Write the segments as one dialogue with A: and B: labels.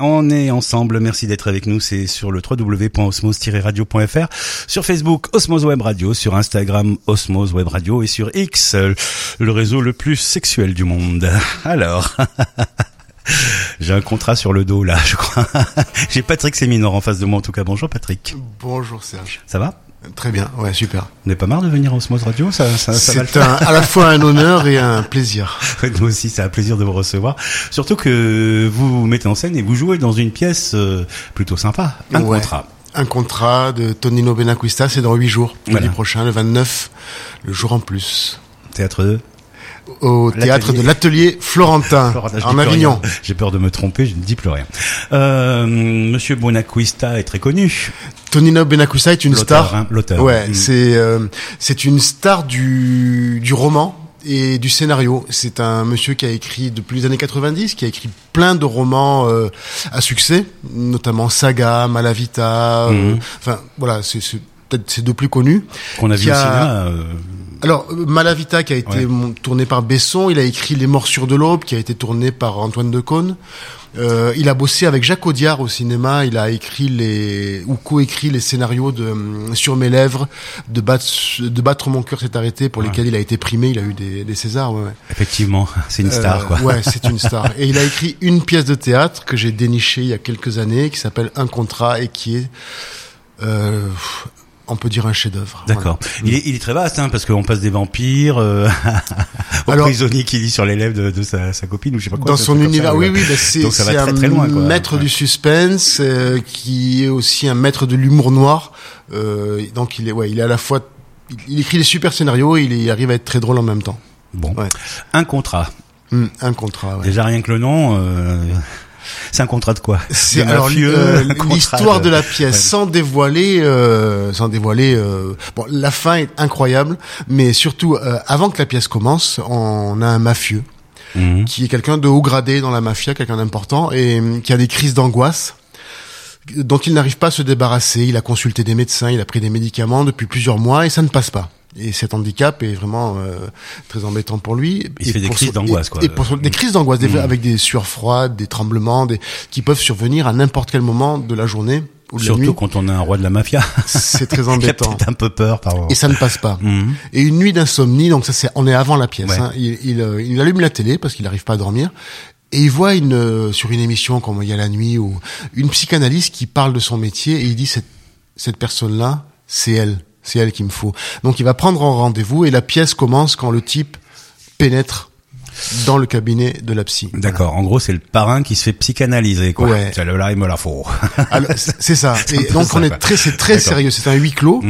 A: On est ensemble, merci d'être avec nous, c'est sur le www.osmose-radio.fr, sur Facebook Osmose Web Radio, sur Instagram Osmose Web Radio et sur X, euh, le réseau le plus sexuel du monde. Alors... J'ai un contrat sur le dos là, je crois. J'ai Patrick Séminor en face de moi en tout cas. Bonjour Patrick.
B: Bonjour Serge.
A: Ça va
B: Très bien, ouais, super.
A: On n'est pas marre de venir en Smos Radio, ça, ça, Euh, ça va le
B: C'est
A: faire.
B: un- à la fois un honneur et un plaisir.
A: Nous aussi, c'est un plaisir de vous recevoir. Surtout que vous vous mettez en scène et vous jouez dans une pièce euh, plutôt sympa, un
B: Ouais.
A: contrat.
B: Un contrat de Tonino Benacquista, c'est dans huit jours,
A: Voilà.
B: lundi prochain, le 29, le jour en plus,
A: Théâtre 2.
B: au théâtre de l'Atelier Florentin, en Avignon.
A: J'ai peur de me tromper, je ne dis plus rien. Euh, Monsieur Buonacquista est très connu.
B: Tonino Benacquista est une
A: L'auteur,
B: star.
A: hein, l'auteur.
B: Ouais,
A: Mm.
B: c'est euh, c'est une star du du roman et du scénario. C'est un monsieur qui a écrit depuis les années 90, qui a écrit plein de romans euh, à succès, notamment Saga, Malavita. euh, Enfin, voilà, c'est c'est peut-être ses deux plus connus.
A: Qu'on a vu
B: Qui
A: au
B: a-
A: cinéma. euh,
B: Alors, euh, Malavita qui a été
A: Ouais.
B: mon- tourné par Besson, il a écrit Les Morsures de l'Aube qui a été tourné par Antoine Decaune. Euh, il a bossé avec Jacques Audiard au cinéma, il a écrit les ou coécrit les scénarios de hum, Sur mes lèvres, de battre de battre mon cœur s'est arrêté pour lesquels il a été primé, il a eu des, des Césars. Ouais, ouais.
A: effectivement, c'est une star.
B: Euh,
A: quoi.
B: ouais, c'est une star. Et il a écrit une pièce de théâtre que j'ai dénichée il y a quelques années qui s'appelle Un contrat et qui est euh, on peut dire un chef-d'œuvre. Voilà.
A: D'accord. Il, est, il est très vaste, hein, parce qu'on passe des vampires euh, au
B: Alors-
A: prisonnier qui lit sur les lèvres de, de sa, sa copine ou je sais pas quoi.
B: dans
A: ça,
B: son
A: c'est comme
B: univers.
A: ça,
B: oui,
A: ouais.
B: oui, bah, c'est
A: Donc ça va
B: c'est
A: très,
B: un
A: très loin, quoi.
B: maître
A: Ouais.
B: du suspense euh, qui est aussi un maître de l'humour noir. Euh, donc il est, ouais, il est à la fois, il, il écrit des super scénarios et il, est- il arrive à être très drôle en même temps.
A: Bon,
B: Ouais.
A: un contrat.
B: Hmm, un contrat. Ouais.
A: Déjà rien que le nom, euh, c'est un contrat de quoi
B: C'est
A: De
B: alors
A: mafieux,
B: euh,
A: un contrat
B: l'histoire de la pièce
A: Ouais.
B: sans dévoiler, euh, sans dévoiler. euh, bon, la fin est incroyable, mais surtout euh, avant que la pièce commence, on a un mafieux
A: Mhm.
B: qui est quelqu'un de haut gradé dans la mafia, quelqu'un d'important, et hum, qui a des crises d'angoisse dont il n'arrive pas à se débarrasser. Il a consulté des médecins, il a pris des médicaments depuis plusieurs mois et ça ne passe pas. Et cet handicap est vraiment euh, très embêtant pour lui.
A: Il se
B: Et
A: fait des
B: pour
A: crises
B: son-
A: d'angoisse,
B: et-
A: quoi. euh, mm.
B: Et pour son- des crises d'angoisse, des- avec des sueurs froides, des tremblements, des, qui peuvent survenir à n'importe quel moment de la journée ou de la
A: Surtout
B: nuit.
A: quand on a un roi de la mafia.
B: C'est très
A: Il a
B: embêtant.
A: peut-être un peu peur par moment.
B: Et ça ne passe pas.
A: Mhm.
B: Et une nuit d'insomnie, donc ça c'est, on est avant la pièce.
A: Ouais.
B: hein. Il, il, euh, il allume la télé parce qu'il n'arrive pas à dormir et il voit une euh, sur une émission comme il y a la nuit ou une psychanalyste qui parle de son métier et il dit cette cette personne là c'est elle c'est elle qu'il me faut. Donc il va prendre un rendez-vous et la pièce commence quand le type pénètre dans le cabinet de la psy.
A: D'accord. En gros, c'est le parrain qui se fait psychanalyser, quoi.
B: Ouais.
A: Ça, Là, il me la faut.
B: Alors, c'est c'est ça.
A: un
B: Et
A: peu
B: donc
A: ça,
B: on est
A: quoi.
B: très, c'est très
A: D'accord. Mmh.
B: sérieux. C'est un huis clos.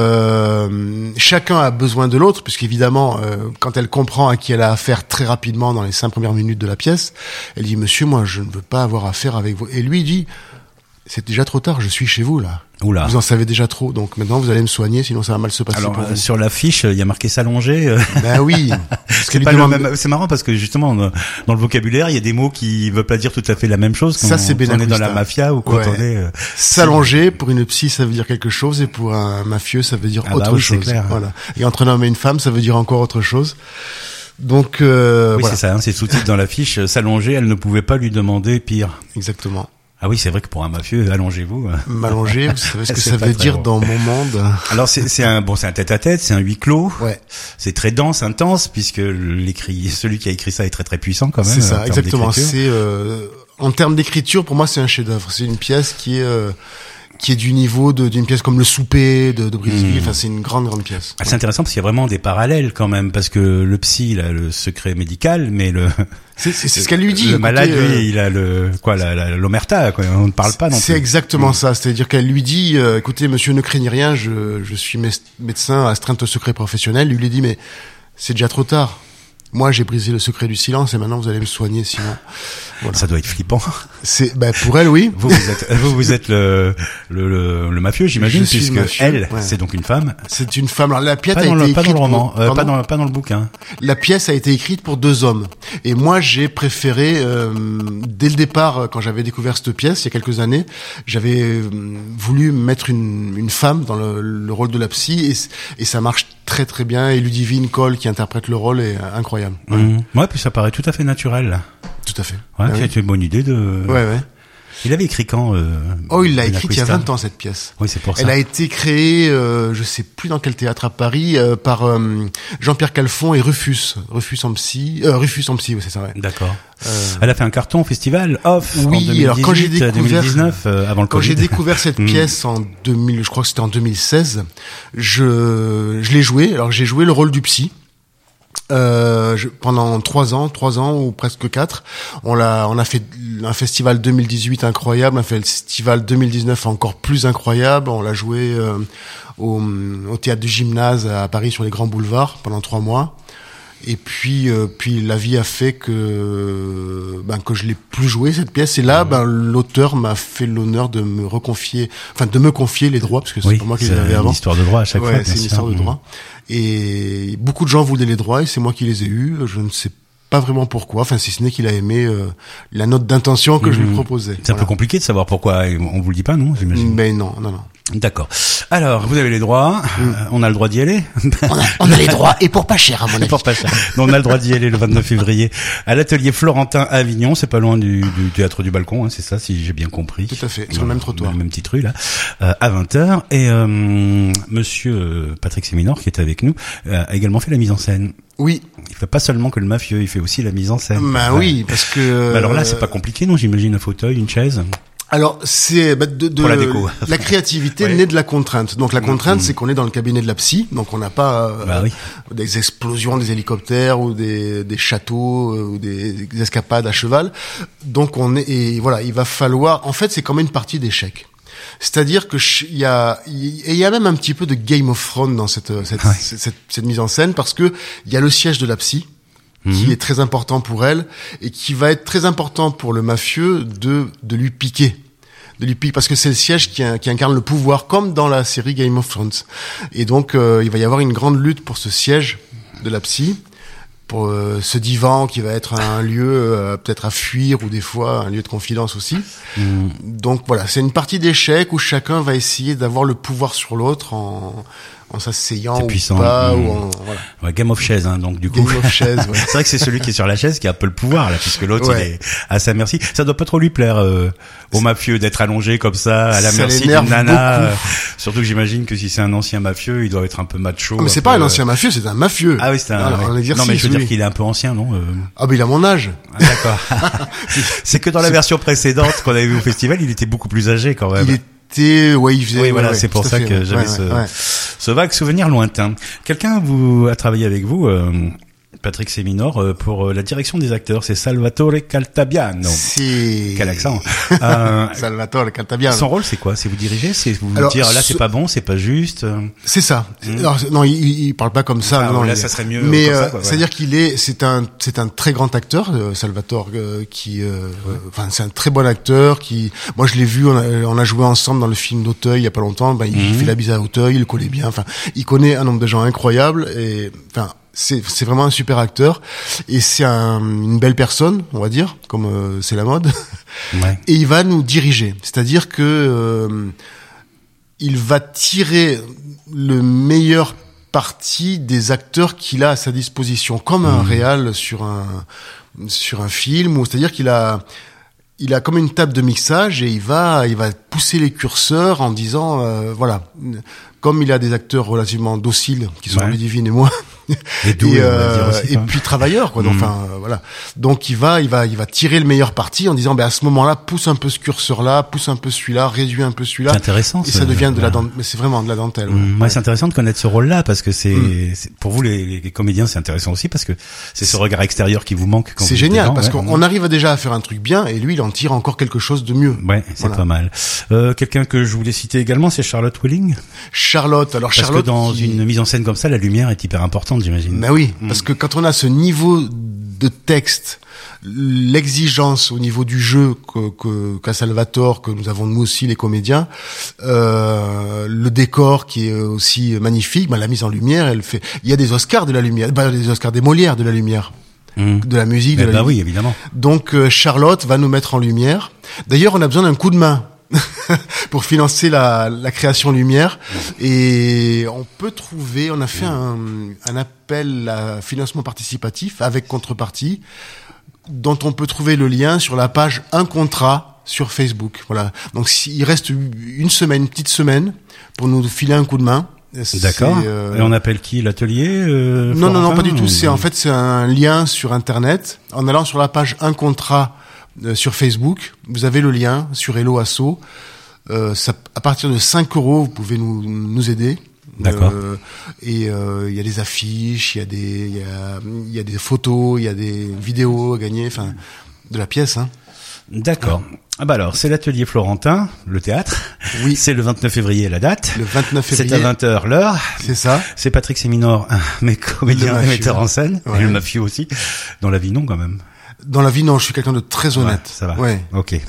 B: Euh, chacun a besoin de l'autre, puisqu'évidemment, euh, quand elle comprend à qui elle a affaire très rapidement dans les cinq premières minutes de la pièce, elle dit Monsieur, moi, je ne veux pas avoir affaire avec vous. Et lui il dit C'est déjà trop tard. Je suis chez vous là.
A: Oula.
B: Vous en savez déjà trop. Donc maintenant, vous allez me soigner, sinon ça va mal se passer
A: Ah. Alors,
B: pour
A: euh,
B: vous.
A: sur l'affiche, il y a marqué s'allonger. euh,
B: Ben oui. Parce
A: C'est
B: qu'elle lui
A: pas le
B: demande-
A: même- c'est marrant parce que justement dans dans le vocabulaire il y a des mots qui veulent pas dire tout à fait la même chose quand
B: Ça, c'est
A: on est dans la
B: Benacquista.
A: mafia ou quand
B: Ouais.
A: on est euh,
B: S'allonger pour une psy, ça veut dire quelque chose, et pour un mafieux, ça veut dire
A: Ah bah
B: autre
A: oui, c'est
B: chose.
A: clair.
B: Voilà. Et entre un homme et une femme, ça veut dire encore autre chose. Donc euh,
A: oui
B: voilà,
A: c'est ça hein, c'est sous-titre dans l'affiche euh, s'allonger elle ne pouvait pas lui demander pire
B: exactement.
A: ah oui c'est vrai que pour un mafieux allongez-vous euh.
B: M'allonger, vous savez ce que
A: C'est
B: ça
A: pas
B: veut
A: très
B: dire
A: bon.
B: dans mon monde.
A: alors c'est c'est un bon c'est un tête-à-tête c'est un huis clos
B: Ouais,
A: c'est très dense intense puisque l'écrit celui qui a écrit ça est très très puissant quand même
B: c'est
A: euh, en
B: ça,
A: termes
B: exactement.
A: d'écriture.
B: C'est euh, en termes d'écriture, pour moi, c'est un chef-d'œuvre. C'est une pièce qui est euh, qui est du niveau de- d'une pièce comme Le Souper de, de
A: Hmm.
B: Brisbane. Enfin, c'est une grande grande pièce.
A: Ah, C'est intéressant parce qu'il y a vraiment des parallèles quand même parce que le psy il a le secret médical mais le
B: C'est c'est- c'est ce qu'elle lui dit.
A: le
B: Écoutez,
A: malade
B: euh,
A: lui il a le quoi la- la- l'omerta quoi on ne parle pas non plus.
B: C'est
A: Mmh.
B: exactement ça. C'est-à-dire qu'elle lui dit, euh, écoutez, monsieur, ne craignez rien, je, je suis mes- médecin astreinte au secret professionnel. Il lui dit, mais c'est déjà trop tard. Moi, j'ai brisé le secret du silence et maintenant vous allez me soigner sinon.
A: ça doit être flippant
B: C'est, bah, pour elle, oui.
A: Vous, vous êtes, vous, vous êtes le, le, le, le mafieux, j'imagine,
B: Je suis le
A: puisque
B: mafieux,
A: elle,
B: ouais.
A: c'est donc une femme.
B: C'est une femme. Alors, la pièce
A: Pas
B: a
A: dans,
B: été
A: le, pas dans
B: écrite
A: le roman,
B: pour-
A: euh, pas,
B: Pardon
A: dans, pas dans le bouquin.
B: La pièce a été écrite pour deux hommes. Et moi, j'ai préféré, euh, dès le départ, euh, quand j'avais découvert cette pièce, il y a quelques années, j'avais euh, voulu mettre une, une femme dans le, le rôle de la psy, et, c- et ça marche très très bien. Et Ludivine Cole, qui interprète le rôle, est euh, incroyable.
A: Mmh. Ouais, puis ça paraît tout à fait naturel.
B: Tout à fait.
A: Ouais, Euh,
B: Ah oui.
A: c'est une bonne idée de...
B: Ouais, ouais.
A: Il avait écrit quand euh,
B: Oh, il l'a écrite il y a
A: Quista
B: 20 ans, cette pièce.
A: Oui, c'est pour ça.
B: Elle a été créée, euh, je sais plus dans quel théâtre à Paris, euh, par euh, Jean-Pierre Calfon et Rufus. Rufus en psy, euh, Rufus en psy, oui, c'est ça. Ouais.
A: D'accord.
B: Euh,
A: Elle a fait un carton au festival off en
B: Oui,
A: 2018,
B: alors quand j'ai découvert-
A: 2019 euh, avant le
B: Quand j'ai
A: Covid.
B: découvert cette
A: Mm.
B: pièce en 2000, je crois que c'était en 2016, je, je l'ai jouée. Alors j'ai joué le rôle du psy. Euh, je- pendant trois ans, trois ans ou presque quatre, on l'a, on a fait un festival 2018 incroyable, un festival 2019 encore plus incroyable. On l'a joué euh, au, au théâtre du gymnase à Paris sur les grands boulevards pendant trois mois. Et puis, euh, puis la vie a fait que ben, que je l'ai plus joué cette pièce. Et là, ben, l'auteur m'a fait l'honneur de me reconfier, enfin de me confier les droits parce que c'est
A: oui,
B: pas moi qui
A: c'est
B: les avais avant.
A: Une histoire de droit à chaque
B: Ouais,
A: fois. bien
B: c'est une
A: sûr.
B: histoire de droit. Et beaucoup de gens voulaient les droits et c'est moi qui les ai eus. Je ne sais pas vraiment pourquoi. Enfin, si ce n'est qu'il a aimé euh, la note d'intention que je lui
A: Mhm.
B: proposais.
A: C'est un peu compliqué de savoir pourquoi. et On vous le dit pas, non J'imagine.
B: Mais non, non, non.
A: D'accord. Alors, vous avez les droits.
B: Mm.
A: Euh, on a le droit d'y aller.
B: On a, on a les droits et pour pas cher à mon avis.
A: Pour pas cher. Non, on a le droit d'y aller le 29 février à l'atelier Florentin à Avignon. C'est pas loin du, du théâtre du balcon, hein, c'est ça, si j'ai bien compris.
B: Tout à fait, sur le même trottoir.
A: La même petite rue là, euh, à 20h. Et euh, Monsieur euh, Patrick Séminor, qui est avec nous, euh, a également fait la mise en scène.
B: Oui,
A: Il fait pas seulement que le mafieux, il fait aussi la mise en scène.
B: bah
A: Ouais.
B: oui, euh, parce que.
A: Bah alors là, c'est pas compliqué, non J'imagine un fauteuil, une chaise.
B: Alors c'est bah, de, de
A: Pour la déco.
B: la créativité
A: Ouais. Mm,
B: naît de la contrainte. Donc la contrainte, c'est qu'on est dans le cabinet de la psy, donc on n'a pas euh,
A: Bah oui.
B: des explosions, des hélicoptères ou des, des châteaux euh, ou des, des escapades à cheval. Donc on est et voilà, il va falloir. En fait, c'est quand même une partie d'échec. C'est-à-dire que je- il y a il et il y a même un petit peu de Game of Thrones dans cette euh, cette,
A: Ouais.
B: cette, cette- cette mise en scène parce que il y a le siège de la psy
A: Mhm.
B: qui est très important pour elle et qui va être très important pour le mafieux de de lui piquer de lui piquer parce que c'est le siège qui, qui incarne le pouvoir comme dans la série Game of Thrones et donc euh, il va y avoir une grande lutte pour ce siège de la psy pour euh, ce divan qui va être un lieu euh, peut-être à fuir ou des fois un lieu de confidence aussi.
A: Mhm.
B: Donc voilà, c'est une partie d'échec où chacun va essayer d'avoir le pouvoir sur l'autre en, en s'asseyant
A: C'est
B: ou
A: puissant,
B: pas
A: mm.
B: ou en voilà.
A: Ouais, Game of chaise, hein, donc du coup.
B: Game of chaise, ouais.
A: C'est vrai que c'est celui qui est sur la chaise qui a un peu le pouvoir là, puisque l'autre
B: Ouais.
A: il est à sa merci. Ça doit pas trop lui plaire euh, au mafieux d'être allongé comme ça à la
B: Ça
A: merci d'une
B: l'énerve
A: nana.
B: beaucoup.
A: euh, surtout que j'imagine que si c'est un ancien mafieux, il doit être un peu macho.
B: Ah, mais c'est
A: un
B: pas
A: peu-
B: un ancien mafieux, c'est un mafieux.
A: euh, Ah oui, c'est un.
B: Alors, on va dire
A: non mais
B: six,
A: je veux
B: oui.
A: dire qu'il est un peu ancien, non euh,
B: Ah mais il a mon âge.
A: ah, D'accord. c'est que dans la version précédente qu'on avait vue au festival, il était beaucoup plus âgé quand même.
B: il était ouais, il faisait
A: Oui, voilà,
B: ouais,
A: c'est
B: tout
A: pour
B: à
A: ça
B: fait,
A: que
B: ouais,
A: j'avais
B: ouais,
A: ce,
B: ouais.
A: ce vague souvenir lointain. Quelqu'un vous a travaillé avec vous, euh, Patrick Séminor, euh, pour euh, la direction des acteurs, c'est Salvatore Caltabiano.
B: C'est
A: Quel accent Euh,
B: Salvatore Cantabiano.
A: Son rôle, c'est quoi C'est vous diriger, c'est vous
B: Alors,
A: dire ah, là, c'est
B: ce-
A: pas bon, c'est pas juste. euh,
B: C'est ça. Alors, c'est- non, il, il parle pas comme ça.
A: Ah,
B: non, non,
A: là,
B: il-
A: ça serait mieux
B: Mais
A: comme ça,
B: euh,
A: quoi, ouais.
B: c'est-à-dire qu'il est, c'est un, c'est un très grand acteur, euh, Salvatore, euh, qui, euh, enfin, c'est un très bon acteur. Qui, moi, je l'ai vu, on a, on a joué ensemble dans le film d'Auteuil il y a pas longtemps. Ben, il
A: Hmm.
B: fait la bise à Auteuil, il le connaît bien. Enfin, il connaît un nombre de gens incroyables et, enfin. C'est c'est vraiment un super acteur et c'est un- une belle personne, on va dire, comme euh, c'est la mode.
A: Ouais.
B: et il va nous diriger. C'est-à-dire que euh, il va tirer le meilleur parti des acteurs qu'il a à sa disposition, comme un réal sur un sur un film, ou c'est-à-dire qu'il a il a comme une table de mixage et il va il va pousser les curseurs en disant euh, voilà comme il a des acteurs relativement dociles qui sont
A: Ouais.
B: Louis Divine et moi
A: Et doué, on va
B: euh,
A: dire aussi,
B: et
A: hein.
B: puis travailleur quoi donc, enfin euh, voilà donc il va il va il va tirer le meilleur parti en disant ben à ce moment-là pousse un peu ce curseur là pousse un peu celui-là réduis un peu celui-là
A: C'est intéressant,
B: et
A: ça,
B: ça devient de la
A: ouais.
B: dentelle mais c'est vraiment de la dentelle ouais. Mm.
A: Hum, ouais, c'est intéressant de connaître ce rôle-là parce que c'est c'est- pour vous les, les comédiens c'est intéressant aussi parce que c'est ce regard extérieur qui vous manque. quand vous
B: c'est
A: êtes
B: génial
A: dedans,
B: parce
A: ouais,
B: qu'on
A: vraiment.
B: on arrive déjà à faire un truc bien et lui il en tire encore quelque chose de mieux
A: Ouais, c'est
B: Voilà.
A: pas mal. Euh, Quelqu'un que je voulais citer également, c'est Charlotte Willing.
B: Charlotte alors
A: Parce
B: Charlotte
A: que dans
B: qui-
A: une mise en scène comme ça, la lumière est hyper importante, j'imagine.
B: Ben oui, parce que quand on a ce niveau de texte, l'exigence au niveau du jeu que que- qu'a Salvatore, que nous avons nous aussi les comédiens, euh, le décor qui est aussi magnifique, ben la mise en lumière, elle fait. Il y a des Oscars de la lumière, ben, des Oscars des Molières de la lumière,
A: Hum.
B: de la musique,
A: Eh
B: de la
A: ben
B: lumière.
A: oui, évidemment.
B: Donc euh, Charlotte va nous mettre en lumière. D'ailleurs, on a besoin d'un coup de main pour financer la, la création lumière. Et on peut trouver, on a fait un, un appel à financement participatif avec contrepartie, dont on peut trouver le lien sur la page Un contrat sur Facebook. Voilà. Donc si- il reste une semaine, une petite semaine, pour nous filer un coup de main. C'est,
A: D'accord.
B: euh,
A: Et on appelle qui L'atelier euh,
B: non, non, non,
A: Florentin,
B: pas du tout.
A: ou-
B: C'est en fait c'est un lien sur Internet. En allant sur la page un contrat euh, sur Facebook, vous avez le lien sur Hello Asso. Euh, ça, à partir de 5 euros, vous pouvez nous, nous aider.
A: D'accord.
B: Euh, et euh, il y a des affiches, il y a des il y a, il y a des photos, il y a des vidéos à gagner, enfin de la pièce. Hein.
A: D'accord. Ah bah alors, c'est l'atelier Florentin, le théâtre.
B: Oui.
A: C'est le 29 février la date.
B: Le 29
A: C'est
B: février.
A: à 20h l'heure.
B: C'est ça.
A: C'est Patrick Séminor, un de mes comédiens et
B: mafieux.
A: metteur en scène,
B: Ouais.
A: et le mafieux aussi. Dans la vie, non, quand même.
B: Dans la vie, non, je suis quelqu'un de très honnête.
A: Ouais, ça va.
B: Ouais.
A: Ok.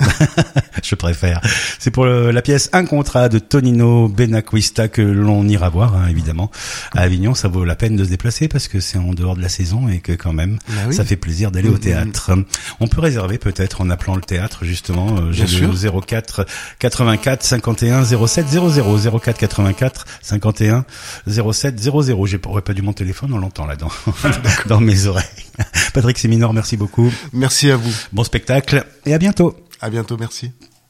A: Je préfère. C'est pour le- la pièce Un contrat de Tonino Benacquista que l'on ira voir, hein, évidemment. À Avignon, ça vaut la peine de se déplacer parce que c'est en dehors de la saison et que quand même,
B: Bah oui.
A: ça fait plaisir d'aller au théâtre. On peut réserver peut-être en appelant le théâtre, justement. Euh, J'ai
B: Bien
A: le 04 84 51 07 00 04 84 51 07 00. J'ai j'aurais pas dû mon téléphone, on l'entend là-dedans, dans mes oreilles. Patrick Séminor, merci beaucoup.
B: Merci à vous.
A: Bon spectacle et à bientôt.
B: À bientôt. Merci.